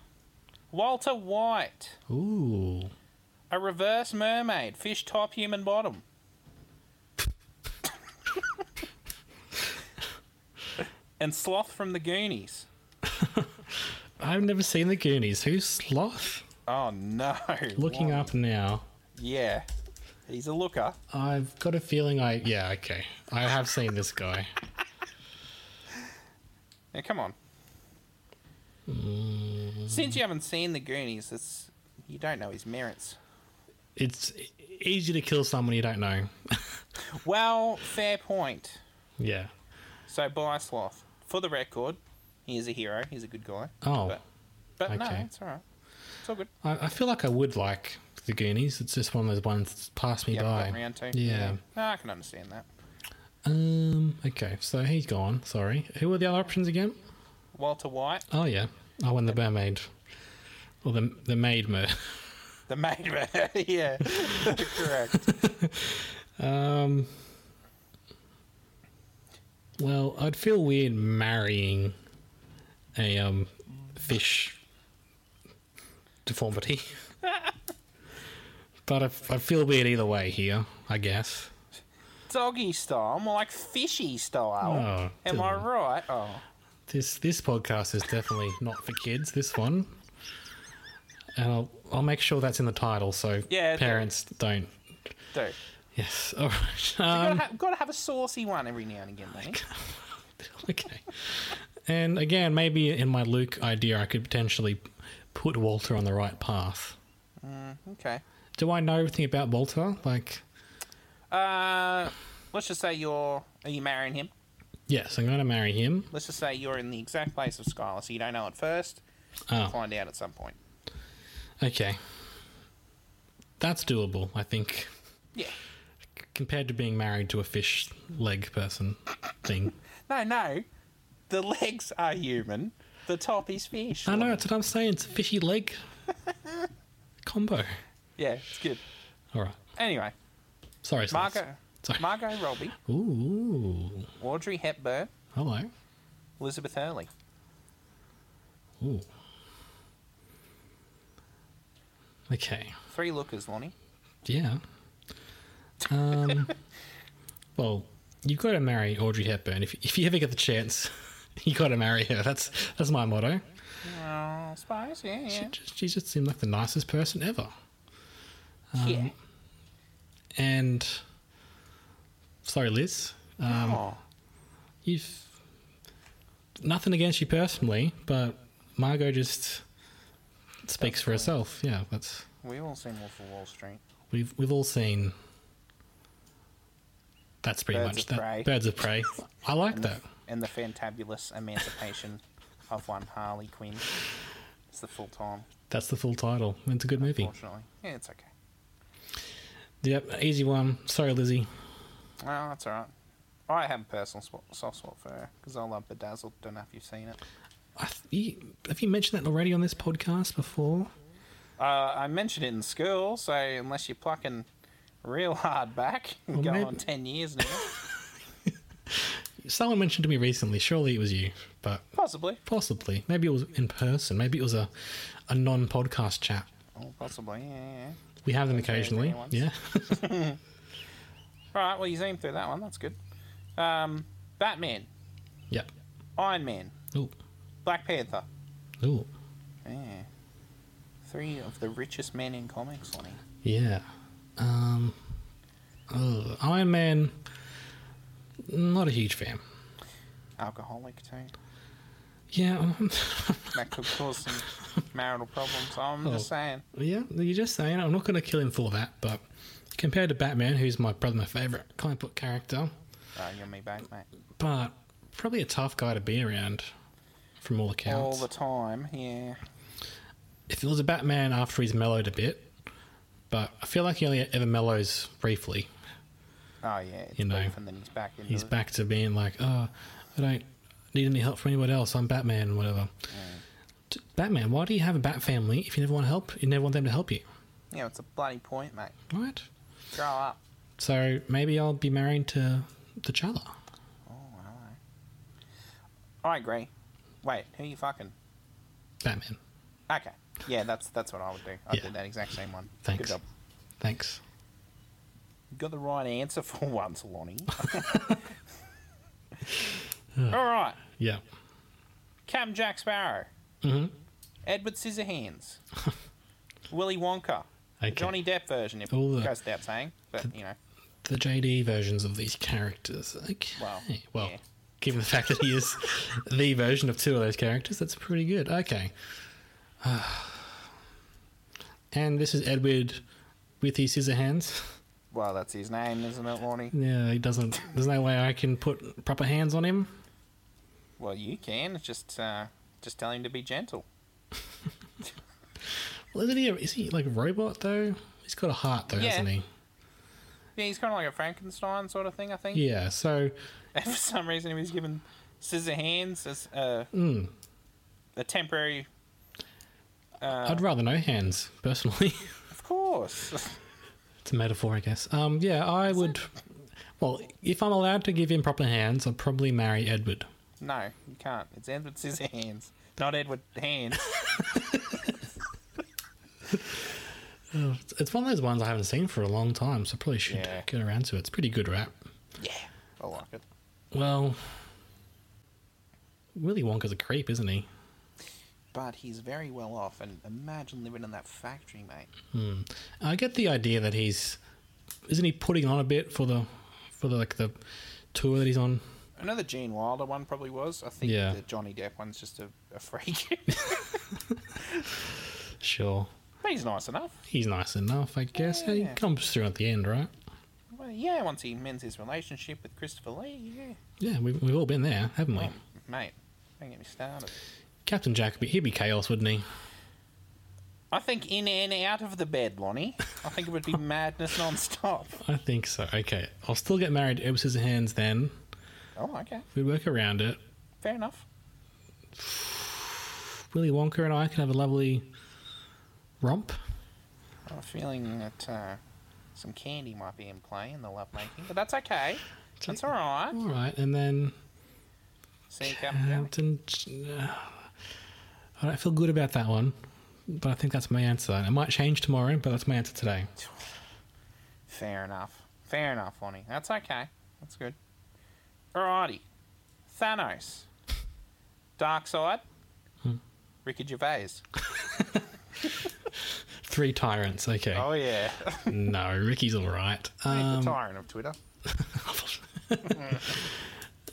Speaker 1: Walter White,
Speaker 2: Ooh.
Speaker 1: a reverse mermaid, fish top, human bottom. and Sloth from the Goonies.
Speaker 2: I've never seen the Goonies. Who's Sloth?
Speaker 1: Oh no.
Speaker 2: Looking
Speaker 1: why?
Speaker 2: up now.
Speaker 1: Yeah. He's a looker.
Speaker 2: I've got a feeling I yeah okay I have seen this guy.
Speaker 1: Now come on. Since you haven't seen the Goonies, it's you don't know his merits.
Speaker 2: It's easy to kill someone you don't know.
Speaker 1: Well, fair point.
Speaker 2: yeah.
Speaker 1: So buy Sloth. For the record, he is a hero. He's a good guy.
Speaker 2: Oh,
Speaker 1: But, but no,
Speaker 2: Okay.
Speaker 1: it's all right. It's all good.
Speaker 2: I, I feel like I would like the Goonies. It's just one of those ones that's passed me
Speaker 1: Yeah,
Speaker 2: by.
Speaker 1: got round two.
Speaker 2: Yeah.
Speaker 1: No, I can understand that.
Speaker 2: Um. Okay. So he's gone. Sorry. Who were the other options again?
Speaker 1: Walter White,
Speaker 2: Oh yeah. Oh, and the mermaid, or the the maid mer. <laughs>
Speaker 1: the maid. <laughs> yeah, correct.
Speaker 2: Um. Well, I'd feel weird marrying a um fish deformity, <laughs> but I, I feel weird either way here. I guess.
Speaker 1: Doggy style, more like fishy style.
Speaker 2: Oh,
Speaker 1: Am I
Speaker 2: Dylan.
Speaker 1: right? Oh,
Speaker 2: This this podcast is definitely not for kids. This one, and I'll I'll make sure that's in the title so
Speaker 1: Yeah, don't.
Speaker 2: parents don't.
Speaker 1: dude.
Speaker 2: Yes, <laughs>
Speaker 1: <laughs>
Speaker 2: all right.
Speaker 1: Gotta,
Speaker 2: Um,
Speaker 1: ha- gotta have a saucy one every now and again,
Speaker 2: <laughs>
Speaker 1: man.
Speaker 2: okay. And again, maybe in my Luke idea, I could potentially put Walter on the right path.
Speaker 1: Okay.
Speaker 2: Do I know everything about Walter? Like,
Speaker 1: Uh, let's just say you're. Are you marrying him?
Speaker 2: yes, I'm going to marry him.
Speaker 1: Let's just say you're in the exact place of Skylar, so you don't know it first. You'll
Speaker 2: Oh,
Speaker 1: find out at some point.
Speaker 2: okay. That's doable, I think,
Speaker 1: Yeah.
Speaker 2: c- compared to being married to a fish leg person thing.
Speaker 1: No, no. The legs are human. The top is fish.
Speaker 2: I know, that's what I'm saying. It's a fishy leg combo.
Speaker 1: Yeah, it's good.
Speaker 2: All right.
Speaker 1: Anyway,
Speaker 2: Sorry, Sloth.
Speaker 1: Margot,
Speaker 2: Sorry.
Speaker 1: Margot Robbie,
Speaker 2: Ooh.
Speaker 1: Audrey Hepburn,
Speaker 2: Hello.
Speaker 1: Elizabeth Hurley.
Speaker 2: Ooh. Okay.
Speaker 1: Three lookers, Lonnie.
Speaker 2: Yeah. Um, well, you've got to marry Audrey Hepburn. If, if you ever get the chance, <laughs> you got to marry her. That's that's my motto.
Speaker 1: Oh, spies, yeah,
Speaker 2: She,
Speaker 1: yeah.
Speaker 2: just, she just seemed like the nicest person ever. um,
Speaker 1: yeah.
Speaker 2: And sorry, Liz, um,
Speaker 1: oh,
Speaker 2: you've nothing against you personally, but Margot just speaks for herself. Yeah, that's
Speaker 1: we all seen Wolf of Wall Street.
Speaker 2: We've we've all seen. That's pretty
Speaker 1: Birds
Speaker 2: much
Speaker 1: of
Speaker 2: that.
Speaker 1: Prey.
Speaker 2: Birds of prey. I like that.
Speaker 1: And the fantabulous emancipation of one Harley Quinn. It's the full time,
Speaker 2: That's the full title. It's a good movie.
Speaker 1: fortunately. Yeah, it's okay.
Speaker 2: Yep, easy one. Sorry, Lizzie.
Speaker 1: Well, that's all right. I have a personal spot, soft spot for her because I love Bedazzled. Don't know if you've seen it.
Speaker 2: I th- you, have you mentioned that already on this podcast before?
Speaker 1: Uh, I mentioned it in school, so unless you're plucking real hard back, <laughs>
Speaker 2: Well,
Speaker 1: going
Speaker 2: maybe-
Speaker 1: on ten years now,
Speaker 2: Someone mentioned to me recently. Surely it was you, but
Speaker 1: possibly,
Speaker 2: possibly, maybe it was in person. Maybe it was a, a non-podcast chat.
Speaker 1: oh, possibly, yeah, yeah. yeah.
Speaker 2: We have them
Speaker 1: Those very
Speaker 2: occasionally.
Speaker 1: rare ones.
Speaker 2: Yeah.
Speaker 1: All right, well, you zoomed through that one. That's good. Um, Batman,
Speaker 2: yep.
Speaker 1: Iron Man,
Speaker 2: Ooh.
Speaker 1: Black Panther.
Speaker 2: Ooh.
Speaker 1: Yeah. Three of the richest men in comics, Lonnie.
Speaker 2: Yeah. Um. ugh, Iron Man. Not a huge fan.
Speaker 1: Alcoholic, too.
Speaker 2: Yeah. um, <laughs>
Speaker 1: That could cause some <laughs> marital problems. I'm just
Speaker 2: Oh.
Speaker 1: saying.
Speaker 2: yeah. You're just saying. I'm not going to kill him for that, but compared to Batman, who's my probably my favorite comic book character,
Speaker 1: Uh, you're me back, mate.
Speaker 2: but probably a tough guy to be around. From all accounts,
Speaker 1: All the time, yeah.
Speaker 2: if it was a Batman after he's mellowed a bit, but I feel like he only ever mellows briefly.
Speaker 1: Oh, yeah. It's
Speaker 2: You know,
Speaker 1: beef and then he's back into
Speaker 2: He's
Speaker 1: it.
Speaker 2: back to being like, oh, I don't need any help from anyone else. I'm Batman, and whatever. T- Batman, why do you have a Bat family if you never want help? You never want them to help you,
Speaker 1: Yeah, it's a bloody point, mate.
Speaker 2: right?
Speaker 1: Grow up.
Speaker 2: So maybe I'll be married to T'Challa.
Speaker 1: I agree. Wait, who you fucking?
Speaker 2: Batman.
Speaker 1: Okay. Yeah, that's that's what I would do. I
Speaker 2: Yeah.
Speaker 1: did that exact same one. Good
Speaker 2: Thanks.
Speaker 1: job.
Speaker 2: Thanks.
Speaker 1: You got the right answer for once,
Speaker 2: <laughs>
Speaker 1: Lonnie. <laughs> All right.
Speaker 2: Yeah.
Speaker 1: Cam Jack Sparrow.
Speaker 2: Mm-hmm.
Speaker 1: Edward
Speaker 2: <laughs>
Speaker 1: Scissorhands. Willy Wonka. The
Speaker 2: Okay.
Speaker 1: Johnny Depp version, if
Speaker 2: All
Speaker 1: it
Speaker 2: the-
Speaker 1: goes without saying. But, you know,
Speaker 2: The JD versions of these characters. Okay.
Speaker 1: Well,
Speaker 2: well
Speaker 1: yeah.
Speaker 2: given the fact that he is <laughs> the version of two of those characters, that's pretty good. Okay. <sighs> and this is Edward with his scissor hands.
Speaker 1: well, that's his name, isn't it, Lonnie?
Speaker 2: Yeah, he doesn't. There's no way I can put proper hands on him.
Speaker 1: Well, you can. It's just, uh, just tell him to be gentle.
Speaker 2: Well, isn't he? A, is he like a robot though? He's got a heart though,
Speaker 1: Yeah.
Speaker 2: hasn't he?
Speaker 1: Yeah, he's kind of like a Frankenstein sort of thing, I think.
Speaker 2: Yeah. So
Speaker 1: And <laughs> for some reason, he was given scissor hands as uh,
Speaker 2: Mm.
Speaker 1: a temporary. Uh.
Speaker 2: I'd rather no hands personally. <laughs>
Speaker 1: Of course. <laughs>
Speaker 2: It's a metaphor, I guess. Um, yeah, I would. Well, if I'm allowed to give him proper hands, I'd probably marry Edward.
Speaker 1: no, you can't. It's Edward Scissorhands, not Edward
Speaker 2: <laughs>
Speaker 1: Hands.
Speaker 2: It's- It's one of those ones I haven't seen for a long time, so I probably should
Speaker 1: Yeah.
Speaker 2: get around to it. It's a pretty good rap.
Speaker 1: yeah, I like it.
Speaker 2: Well, Willy Wonka's a creep, isn't he?
Speaker 1: But he's very well off, and imagine living in that factory, mate.
Speaker 2: I get the idea that he's isn't he putting on a bit for the for the, like the tour that he's on.
Speaker 1: Another Gene Wilder one probably was. I think
Speaker 2: Yeah.
Speaker 1: the Johnny Depp one's just a, a freak. <laughs>
Speaker 2: Sure,
Speaker 1: but he's nice enough.
Speaker 2: he's nice enough, I guess. He
Speaker 1: Yeah.
Speaker 2: comes through at the end, right?
Speaker 1: Well, yeah, once he mends his relationship with Christopher Lee, yeah.
Speaker 2: Yeah, we've, we've all been there, haven't we?
Speaker 1: Oh, mate, don't get me started.
Speaker 2: Captain Jack, he'd be chaos, wouldn't he?
Speaker 1: I think in and out of the bed, Lonnie. I think it <laughs> would be madness non-stop.
Speaker 2: I think so. Okay, I'll still get married to Edward Scissorhands then.
Speaker 1: Oh, okay.
Speaker 2: We work around it.
Speaker 1: Fair enough.
Speaker 2: Willy Wonka and I can have a lovely romp.
Speaker 1: I'm feeling that uh, some candy might be in play in the lovemaking, but that's okay. That's all right.
Speaker 2: All right, and then
Speaker 1: See you, Captain Jack.
Speaker 2: Captain. uh, I don't feel good about that one, but I think that's my answer. It might change tomorrow, but that's my answer today.
Speaker 1: Fair enough. Fair enough, Lonnie. That's okay. That's good. Alrighty. Thanos. Dark Side. Ricky Gervais.
Speaker 2: Three tyrants. Okay.
Speaker 1: Oh yeah.
Speaker 2: No, Ricky's all right.
Speaker 1: the
Speaker 2: Um,
Speaker 1: tyrant of Twitter.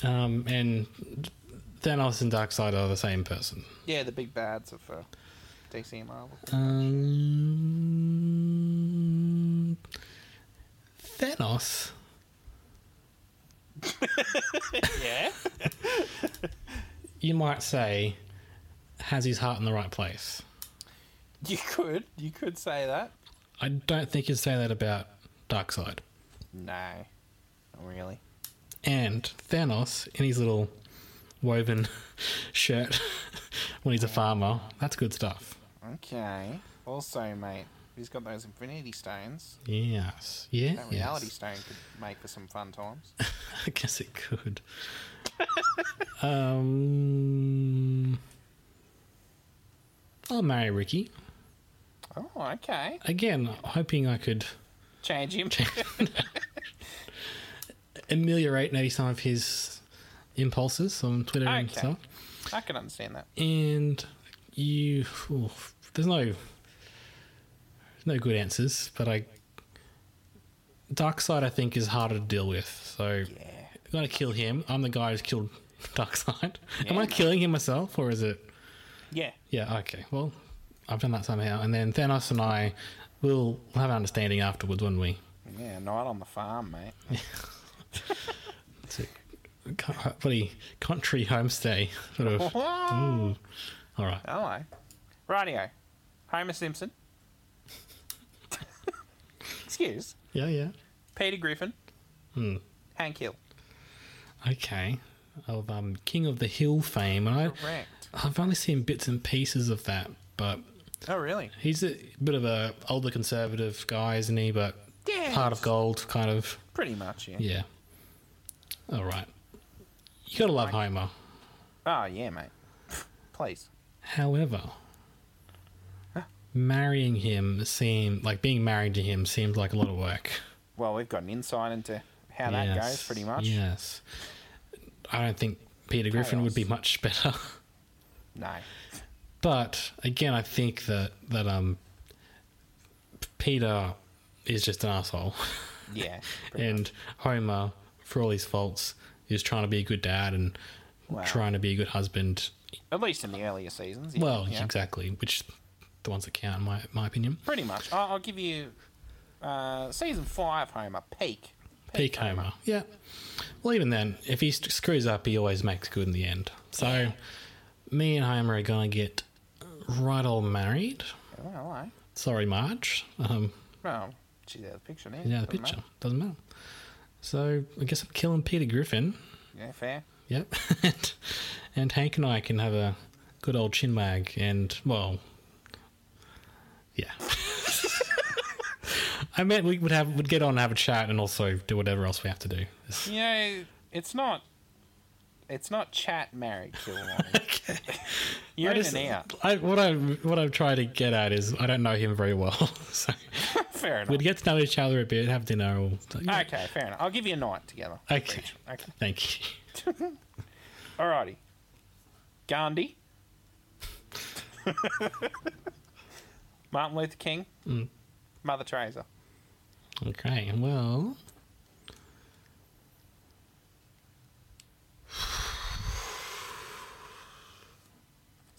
Speaker 2: um, and Thanos and Darkseid are the same person.
Speaker 1: Yeah, the big bads of uh, DC and Marvel.
Speaker 2: Um, Thanos.
Speaker 1: <laughs> yeah.
Speaker 2: you might say, has his heart in the right place.
Speaker 1: <laughs> You could. You could say that.
Speaker 2: I
Speaker 1: Hmm.
Speaker 2: don't think you'd say that about Darkseid.
Speaker 1: No. Not really.
Speaker 2: and Thanos in his little woven <laughs> shirt <laughs> when he's a farmer. That's good stuff.
Speaker 1: Okay. Also, mate, he's got those Infinity Stones.
Speaker 2: Yes. Yeah.
Speaker 1: That Reality
Speaker 2: Yes.
Speaker 1: Stone could make for some fun times.
Speaker 2: I guess it could. <laughs> um, I'll marry Ricky.
Speaker 1: oh, okay.
Speaker 2: Again, hoping I could
Speaker 1: Change him.
Speaker 2: ameliorate maybe some of his impulses on Twitter and
Speaker 1: Okay.
Speaker 2: stuff.
Speaker 1: <laughs> I can understand that.
Speaker 2: and you ooh, there's no there's no good answers but i dark side i think is harder to deal with so i'm gonna kill him i'm the guy who's killed <laughs> dark side am i killing him myself or is it
Speaker 1: Yeah.
Speaker 2: yeah okay well i've done that somehow and then thanos and i will have an understanding afterwards when we
Speaker 1: Yeah, night on the farm, mate.
Speaker 2: co- bloody country homestay sort of
Speaker 1: <laughs>
Speaker 2: ooh. all right
Speaker 1: Hello. Radio. Homer Simpson. <laughs> Excuse.
Speaker 2: yeah yeah
Speaker 1: Peter Griffin. Hank Hill.
Speaker 2: okay of um, king of the hill fame and i
Speaker 1: Correct.
Speaker 2: I've only seen bits and pieces of that, but
Speaker 1: Oh, really?
Speaker 2: he's a bit of a older conservative guy, isn't he? But
Speaker 1: Yeah.
Speaker 2: heart of gold, kind of.
Speaker 1: Pretty much, yeah.
Speaker 2: Yeah. All right. You gotta love Homer.
Speaker 1: Oh, yeah, mate. <laughs> Please.
Speaker 2: However, marrying him seemed like being married to him seemed like a lot of work.
Speaker 1: Well, we've got an insight into how that
Speaker 2: Yes,
Speaker 1: goes, pretty much.
Speaker 2: Yes. I don't think Peter Griffin would be
Speaker 1: Chaos.
Speaker 2: much better. <laughs>
Speaker 1: No.
Speaker 2: But again, I think that that um, Peter is just an asshole, <laughs>
Speaker 1: Yeah. pretty
Speaker 2: and Homer, for all his faults, is trying to be a good dad and
Speaker 1: Wow.
Speaker 2: trying to be a good husband.
Speaker 1: At least in the earlier seasons. Yeah.
Speaker 2: Well,
Speaker 1: yeah.
Speaker 2: exactly, which the ones that count, in my my opinion.
Speaker 1: Pretty much. I'll, I'll give you uh, season five, Homer. Peak.
Speaker 2: Peak Homer, yeah. Well, even then, if he st- screws up, he always makes good in the end. So, me and Homer are gonna get right all married.
Speaker 1: Oh, hello.
Speaker 2: Sorry, Marge. Um,
Speaker 1: Well, she's out of the picture now.
Speaker 2: Yeah, the
Speaker 1: doesn't matter.
Speaker 2: picture. Doesn't matter. So I guess I'm killing Peter Griffin.
Speaker 1: Yeah, fair.
Speaker 2: Yep. <laughs> and, and Hank and I can have a good old chin wag and, well, yeah. <laughs> I meant we would have would get on and have a chat and also do whatever else we have to do. It's-
Speaker 1: You know, it's not. It's not chat, marry, kill.
Speaker 2: <laughs>
Speaker 1: Lonnie. <laughs> You're
Speaker 2: I
Speaker 1: in
Speaker 2: just-
Speaker 1: and
Speaker 2: <laughs>
Speaker 1: out.
Speaker 2: I, what I what I'm trying to get at is I don't know him very well, <laughs> so
Speaker 1: Fair enough.
Speaker 2: we'd get to know each other a bit, have dinner. Or,
Speaker 1: Okay, fair enough. I'll give you a night together.
Speaker 2: okay,
Speaker 1: Okay.
Speaker 2: thank you.
Speaker 1: Alrighty. <laughs> Gandhi. Martin Luther King. Mother Teresa.
Speaker 2: Okay, well.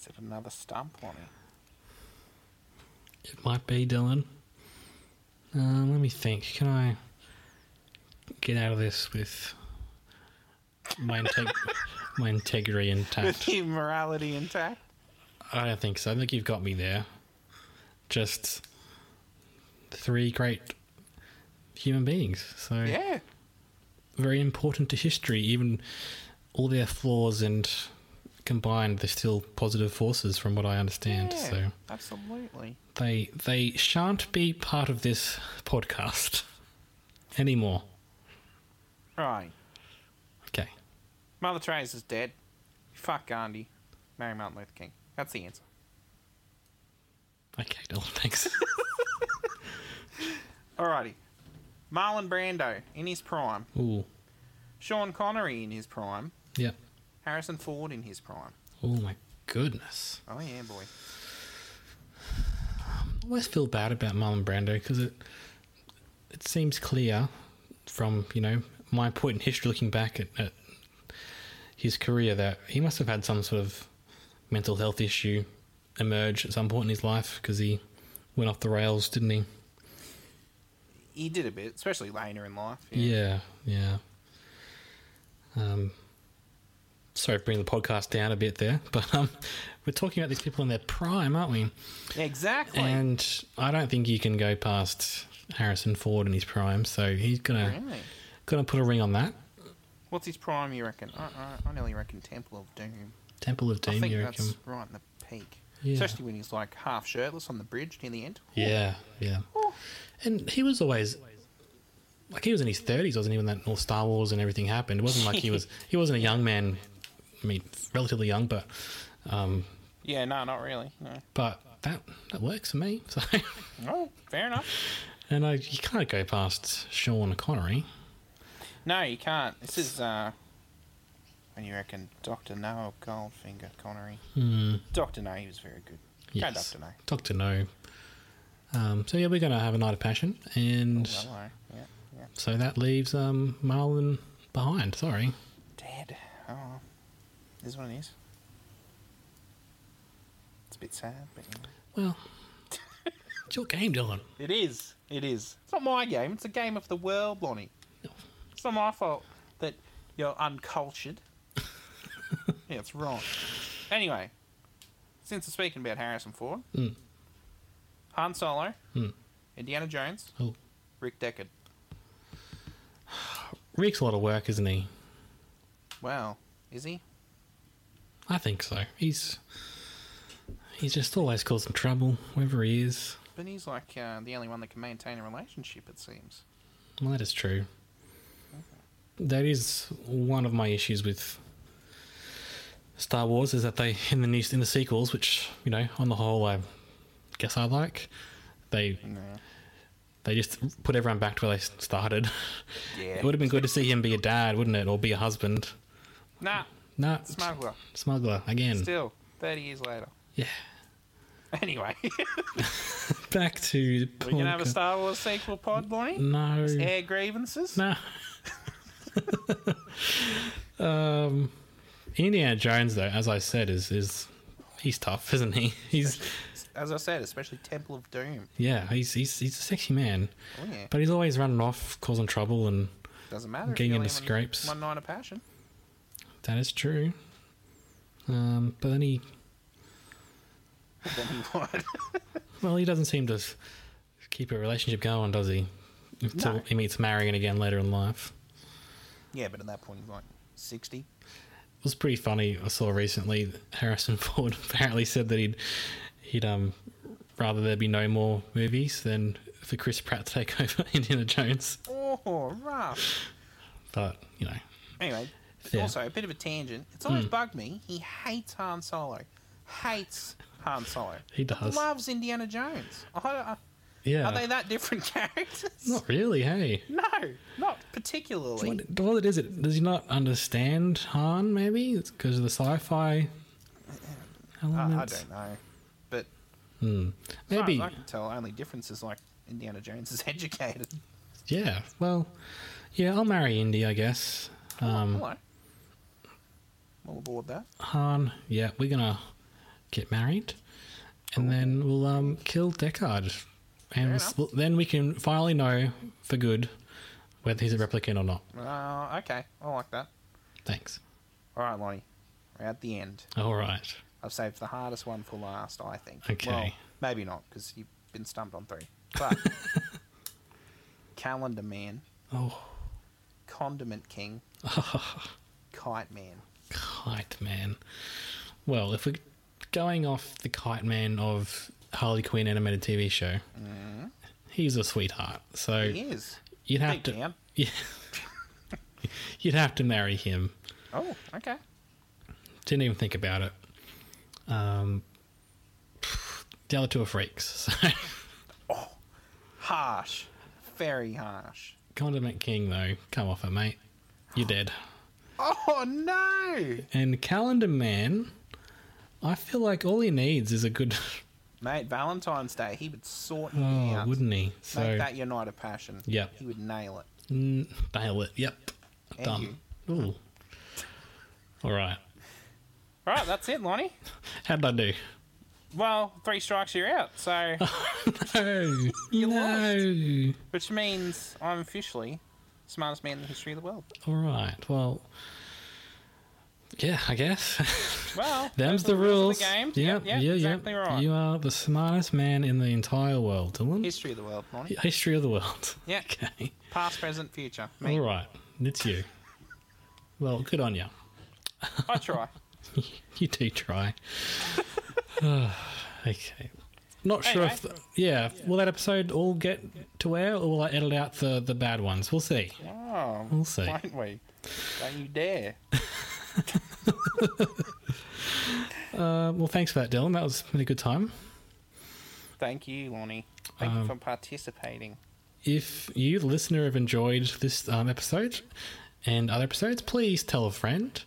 Speaker 1: Is it another stump on it? <laughs>
Speaker 2: It might be Dylan. Um, let me think. Can I get out of this with my integ- <laughs> my
Speaker 1: <laughs>
Speaker 2: integrity intact?
Speaker 1: Your morality intact?
Speaker 2: I don't think so. I think you've got me there. Just three great human beings. So
Speaker 1: Yeah.
Speaker 2: very important to history. Even all their flaws and combined, they're still positive forces, from what I understand.
Speaker 1: yeah
Speaker 2: So
Speaker 1: Absolutely.
Speaker 2: they they shan't be part of this podcast anymore.
Speaker 1: Right.
Speaker 2: Okay.
Speaker 1: Mother Teresa's dead. Fuck Gandhi. Marry Martin Luther King. That's the answer.
Speaker 2: Okay, Dylan, thanks.
Speaker 1: Alrighty. Marlon Brando in his prime.
Speaker 2: Ooh.
Speaker 1: Sean Connery in his prime.
Speaker 2: Yep.
Speaker 1: Harrison Ford in his prime.
Speaker 2: Oh my goodness.
Speaker 1: Oh yeah, boy.
Speaker 2: I always feel bad about Marlon Brando because it it seems clear from, you know, my point in history looking back at, at his career that he must have had some sort of mental health issue emerge at some point in his life because he went off the rails, didn't he?
Speaker 1: He did a bit, especially later in life.
Speaker 2: Yeah, yeah. Um, sorry for bringing the podcast down a bit there, <laughs> but um, we're talking about these people in their prime, aren't we?
Speaker 1: Exactly.
Speaker 2: And I don't think you can go past Harrison Ford in his prime, so he's gonna
Speaker 1: Really?
Speaker 2: gonna put a ring on that.
Speaker 1: What's his prime, you reckon? I, I, I nearly reckon Temple of Doom.
Speaker 2: Temple of
Speaker 1: I
Speaker 2: Doom,
Speaker 1: think
Speaker 2: you
Speaker 1: that's
Speaker 2: reckon?
Speaker 1: right in the peak.
Speaker 2: Yeah.
Speaker 1: Especially when he's like half shirtless on the bridge near the end.
Speaker 2: Yeah, yeah. And he was always like he was in his thirties, wasn't he, when that all Star Wars and everything happened? It wasn't like
Speaker 1: <laughs>
Speaker 2: he was he wasn't a young man. I mean, relatively young, but um,
Speaker 1: Yeah, no, not really. No.
Speaker 2: but that that works for me. <laughs> So,
Speaker 1: Oh, fair enough.
Speaker 2: and I you can't go past Sean Connery.
Speaker 1: No, you can't. This is, uh, when you reckon Dr. No or Goldfinger Connery.
Speaker 2: Hmm.
Speaker 1: Dr. No, he was very good. Go Dr. No.
Speaker 2: Doctor No. Um, so yeah, we're gonna have a night of passion, and
Speaker 1: Oh, Well, no. Yeah, yeah.
Speaker 2: so that leaves um, Marlon behind. Sorry.
Speaker 1: Dead. Oh, this is what it is. It's a bit sad, but you know.
Speaker 2: Well, it's your game, Dylan.
Speaker 1: It is. It is. It's not my game. It's a game of the world, Lonnie. It's not my fault that you're uncultured. yeah, it's wrong. Anyway, since we're speaking about Harrison Ford, Han Solo, Indiana Jones,
Speaker 2: Oh,
Speaker 1: Rick Deckard.
Speaker 2: Rick's a lot of work, isn't he?
Speaker 1: Wow, is he?
Speaker 2: I think so. He's he's just always causing trouble wherever he is.
Speaker 1: But he's like uh, the only one that can maintain a relationship, it seems.
Speaker 2: Well, that is true. That is one of my issues with Star Wars is that they in the new, in the sequels, which you know, on the whole, I guess I like. They they just put everyone back to where they started. <laughs>
Speaker 1: Yeah.
Speaker 2: It would have been good to see him be a dad, wouldn't it, or be a husband?
Speaker 1: Nah,
Speaker 2: No,
Speaker 1: smuggler.
Speaker 2: smuggler again.
Speaker 1: Still, 30 years later. <laughs>
Speaker 2: Yeah,
Speaker 1: Anyway, <laughs>
Speaker 2: back to
Speaker 1: we can have a eh. Star Wars sequel pod, Bonnie.
Speaker 2: No,
Speaker 1: Air grievances.
Speaker 2: No. <laughs> um, Indiana Jones, though, as I said, is is he's tough, <laughs> isn't he? He's
Speaker 1: As I said, especially Temple of Doom.
Speaker 2: yeah, he's he's he's a sexy man,
Speaker 1: Oh yeah,
Speaker 2: but he's always running off, causing trouble, and
Speaker 1: doesn't matter. if
Speaker 2: getting
Speaker 1: you only
Speaker 2: into
Speaker 1: win
Speaker 2: scrapes.
Speaker 1: One night of passion.
Speaker 2: that is true. Um, but then he
Speaker 1: Then he won.
Speaker 2: well, he doesn't seem to s- keep a relationship going, does he? Until he meets Marion again later in life.
Speaker 1: <laughs> yeah, but at that point he's like sixty.
Speaker 2: It was pretty funny. I saw recently that Harrison <laughs> Ford apparently said that he'd he'd um rather there be no more movies than for Chris Pratt to take <laughs> over Indiana Jones.
Speaker 1: Oh, rough.
Speaker 2: But you know,
Speaker 1: Anyway,
Speaker 2: Yeah. Hmm.
Speaker 1: also a bit of a tangent. It's always bugged me. He hates Han Solo. Hates Han Solo.
Speaker 2: He does.
Speaker 1: Loves Indiana Jones. I, I,
Speaker 2: yeah,
Speaker 1: Are they that different <laughs> characters?
Speaker 2: not really. Hey,
Speaker 1: No, not particularly.
Speaker 2: what, what is it? Does he not understand Han? Maybe it's because of the sci-fi
Speaker 1: Uh, I, I
Speaker 2: elements.
Speaker 1: don't know. But
Speaker 2: Maybe,
Speaker 1: as I can tell, only difference is like Indiana Jones is <laughs> educated.
Speaker 2: yeah. Well, yeah. I'll marry Indy, I guess. Um,
Speaker 1: Hello. I'm all aboard that.
Speaker 2: Han, yeah, we're gonna get married, and then we'll um kill Deckard, and we'll,
Speaker 1: enough.
Speaker 2: we'll- then we can finally know for good whether he's a replicant or not.
Speaker 1: Uh, okay, I like that.
Speaker 2: Thanks.
Speaker 1: All right, Lonnie, we're at the end.
Speaker 2: All right.
Speaker 1: I've saved the hardest one for last, I think.
Speaker 2: Okay.
Speaker 1: Well, maybe not, because you've been stumped on three.
Speaker 2: <laughs>
Speaker 1: But Calendar Man,
Speaker 2: Oh,
Speaker 1: Condiment
Speaker 2: <laughs>
Speaker 1: King, Kite Man.
Speaker 2: kite man. Well, if we're going off the kite man of Harley Quinn animated TV show, he's a sweetheart. So
Speaker 1: Mm-hmm. He is.
Speaker 2: you'd have
Speaker 1: Big
Speaker 2: to
Speaker 1: man.
Speaker 2: Yeah. <laughs> you'd have to marry him.
Speaker 1: Oh, okay.
Speaker 2: Didn't even think about it. Um, <sighs> the other two are freaks. <laughs> So.
Speaker 1: Harsh. Very harsh.
Speaker 2: Condiment King, though, come off it, mate. You're dead.
Speaker 1: Oh, no!
Speaker 2: And Calendar Man, I feel like all he needs is a good. <laughs>
Speaker 1: Mate, Valentine's Day, he would sort you
Speaker 2: Oh,
Speaker 1: out.
Speaker 2: wouldn't he?
Speaker 1: Make
Speaker 2: So
Speaker 1: that your night of passion.
Speaker 2: Yep.
Speaker 1: He would nail it.
Speaker 2: mm, nail it. Yep.
Speaker 1: And
Speaker 2: Done.
Speaker 1: you.
Speaker 2: Ooh. All right.
Speaker 1: Right, that's it, Lonnie.
Speaker 2: How did
Speaker 1: <laughs>
Speaker 2: I do?
Speaker 1: Well, three strikes, you're out.
Speaker 2: <laughs>
Speaker 1: So,
Speaker 2: No. no.
Speaker 1: which means I'm officially smartest man in the history of the world.
Speaker 2: All right. Well. Yeah, I guess. <laughs>
Speaker 1: Well,
Speaker 2: Them's
Speaker 1: those
Speaker 2: the
Speaker 1: are rules.
Speaker 2: rules.
Speaker 1: of the game.
Speaker 2: Yep,
Speaker 1: yep,
Speaker 2: yeah,
Speaker 1: exactly
Speaker 2: yep.
Speaker 1: right.
Speaker 2: You are the smartest man in the entire world, Dylan.
Speaker 1: History of the world, Lonnie.
Speaker 2: History of the world.
Speaker 1: <laughs> Yeah.
Speaker 2: Okay.
Speaker 1: Past, present, future. Me.
Speaker 2: All right. It's you. Well, good on you.
Speaker 1: I
Speaker 2: <laughs>
Speaker 1: try.
Speaker 2: You
Speaker 1: <laughs>
Speaker 2: do try. <sighs> okay. Not sure if,
Speaker 1: Anyway.
Speaker 2: yeah, will that episode all get to air, or will I edit out the the bad ones? We'll see.
Speaker 1: Oh,
Speaker 2: We'll see.
Speaker 1: won't we? Don't you dare.
Speaker 2: Uh, well, thanks for that, Dylan. That was been a good time.
Speaker 1: Thank you, Lonnie. Thank
Speaker 2: Um,
Speaker 1: you for participating.
Speaker 2: If you, the listener, have enjoyed this um, episode and other episodes, please tell a friend.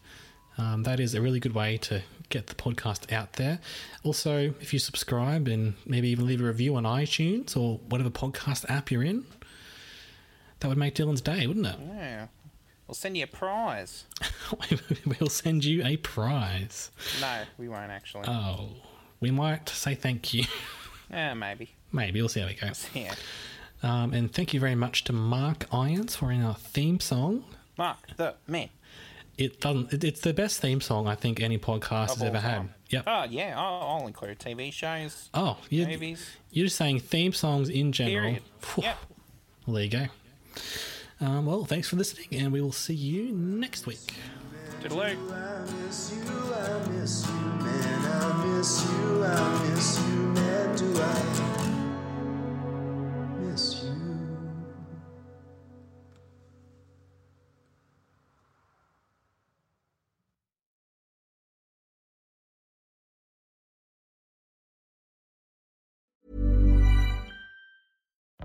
Speaker 2: Um, that is a really good way to get the podcast out there. Also, if you subscribe and maybe even leave a review on iTunes or whatever podcast app you're in, that would make Dylan's day, wouldn't it? <laughs>
Speaker 1: Yeah. We'll send you a prize.
Speaker 2: we'll send you a prize.
Speaker 1: No, we won't actually.
Speaker 2: Oh, we might say thank you. <laughs>
Speaker 1: yeah, maybe. <laughs>
Speaker 2: Maybe we'll see how it goes.
Speaker 1: Yeah.
Speaker 2: Um, and thank you very much to Mark Irons for our theme song.
Speaker 1: Mark, the man.
Speaker 2: It doesn't. It, it's the best theme song I think any podcast has
Speaker 1: all
Speaker 2: ever had.
Speaker 1: time.
Speaker 2: Yep.
Speaker 1: Oh, yeah, I'll, I'll include TV shows,
Speaker 2: Oh, you're,
Speaker 1: movies.
Speaker 2: you're just saying theme songs in general.
Speaker 1: Period.
Speaker 2: Phew.
Speaker 1: Yep.
Speaker 2: Well, there you go. Um, well, thanks for listening, and we will see you next week.
Speaker 1: Toodaloo.
Speaker 3: miss you, I miss you, man. I miss you, I miss you, man. Do I miss you?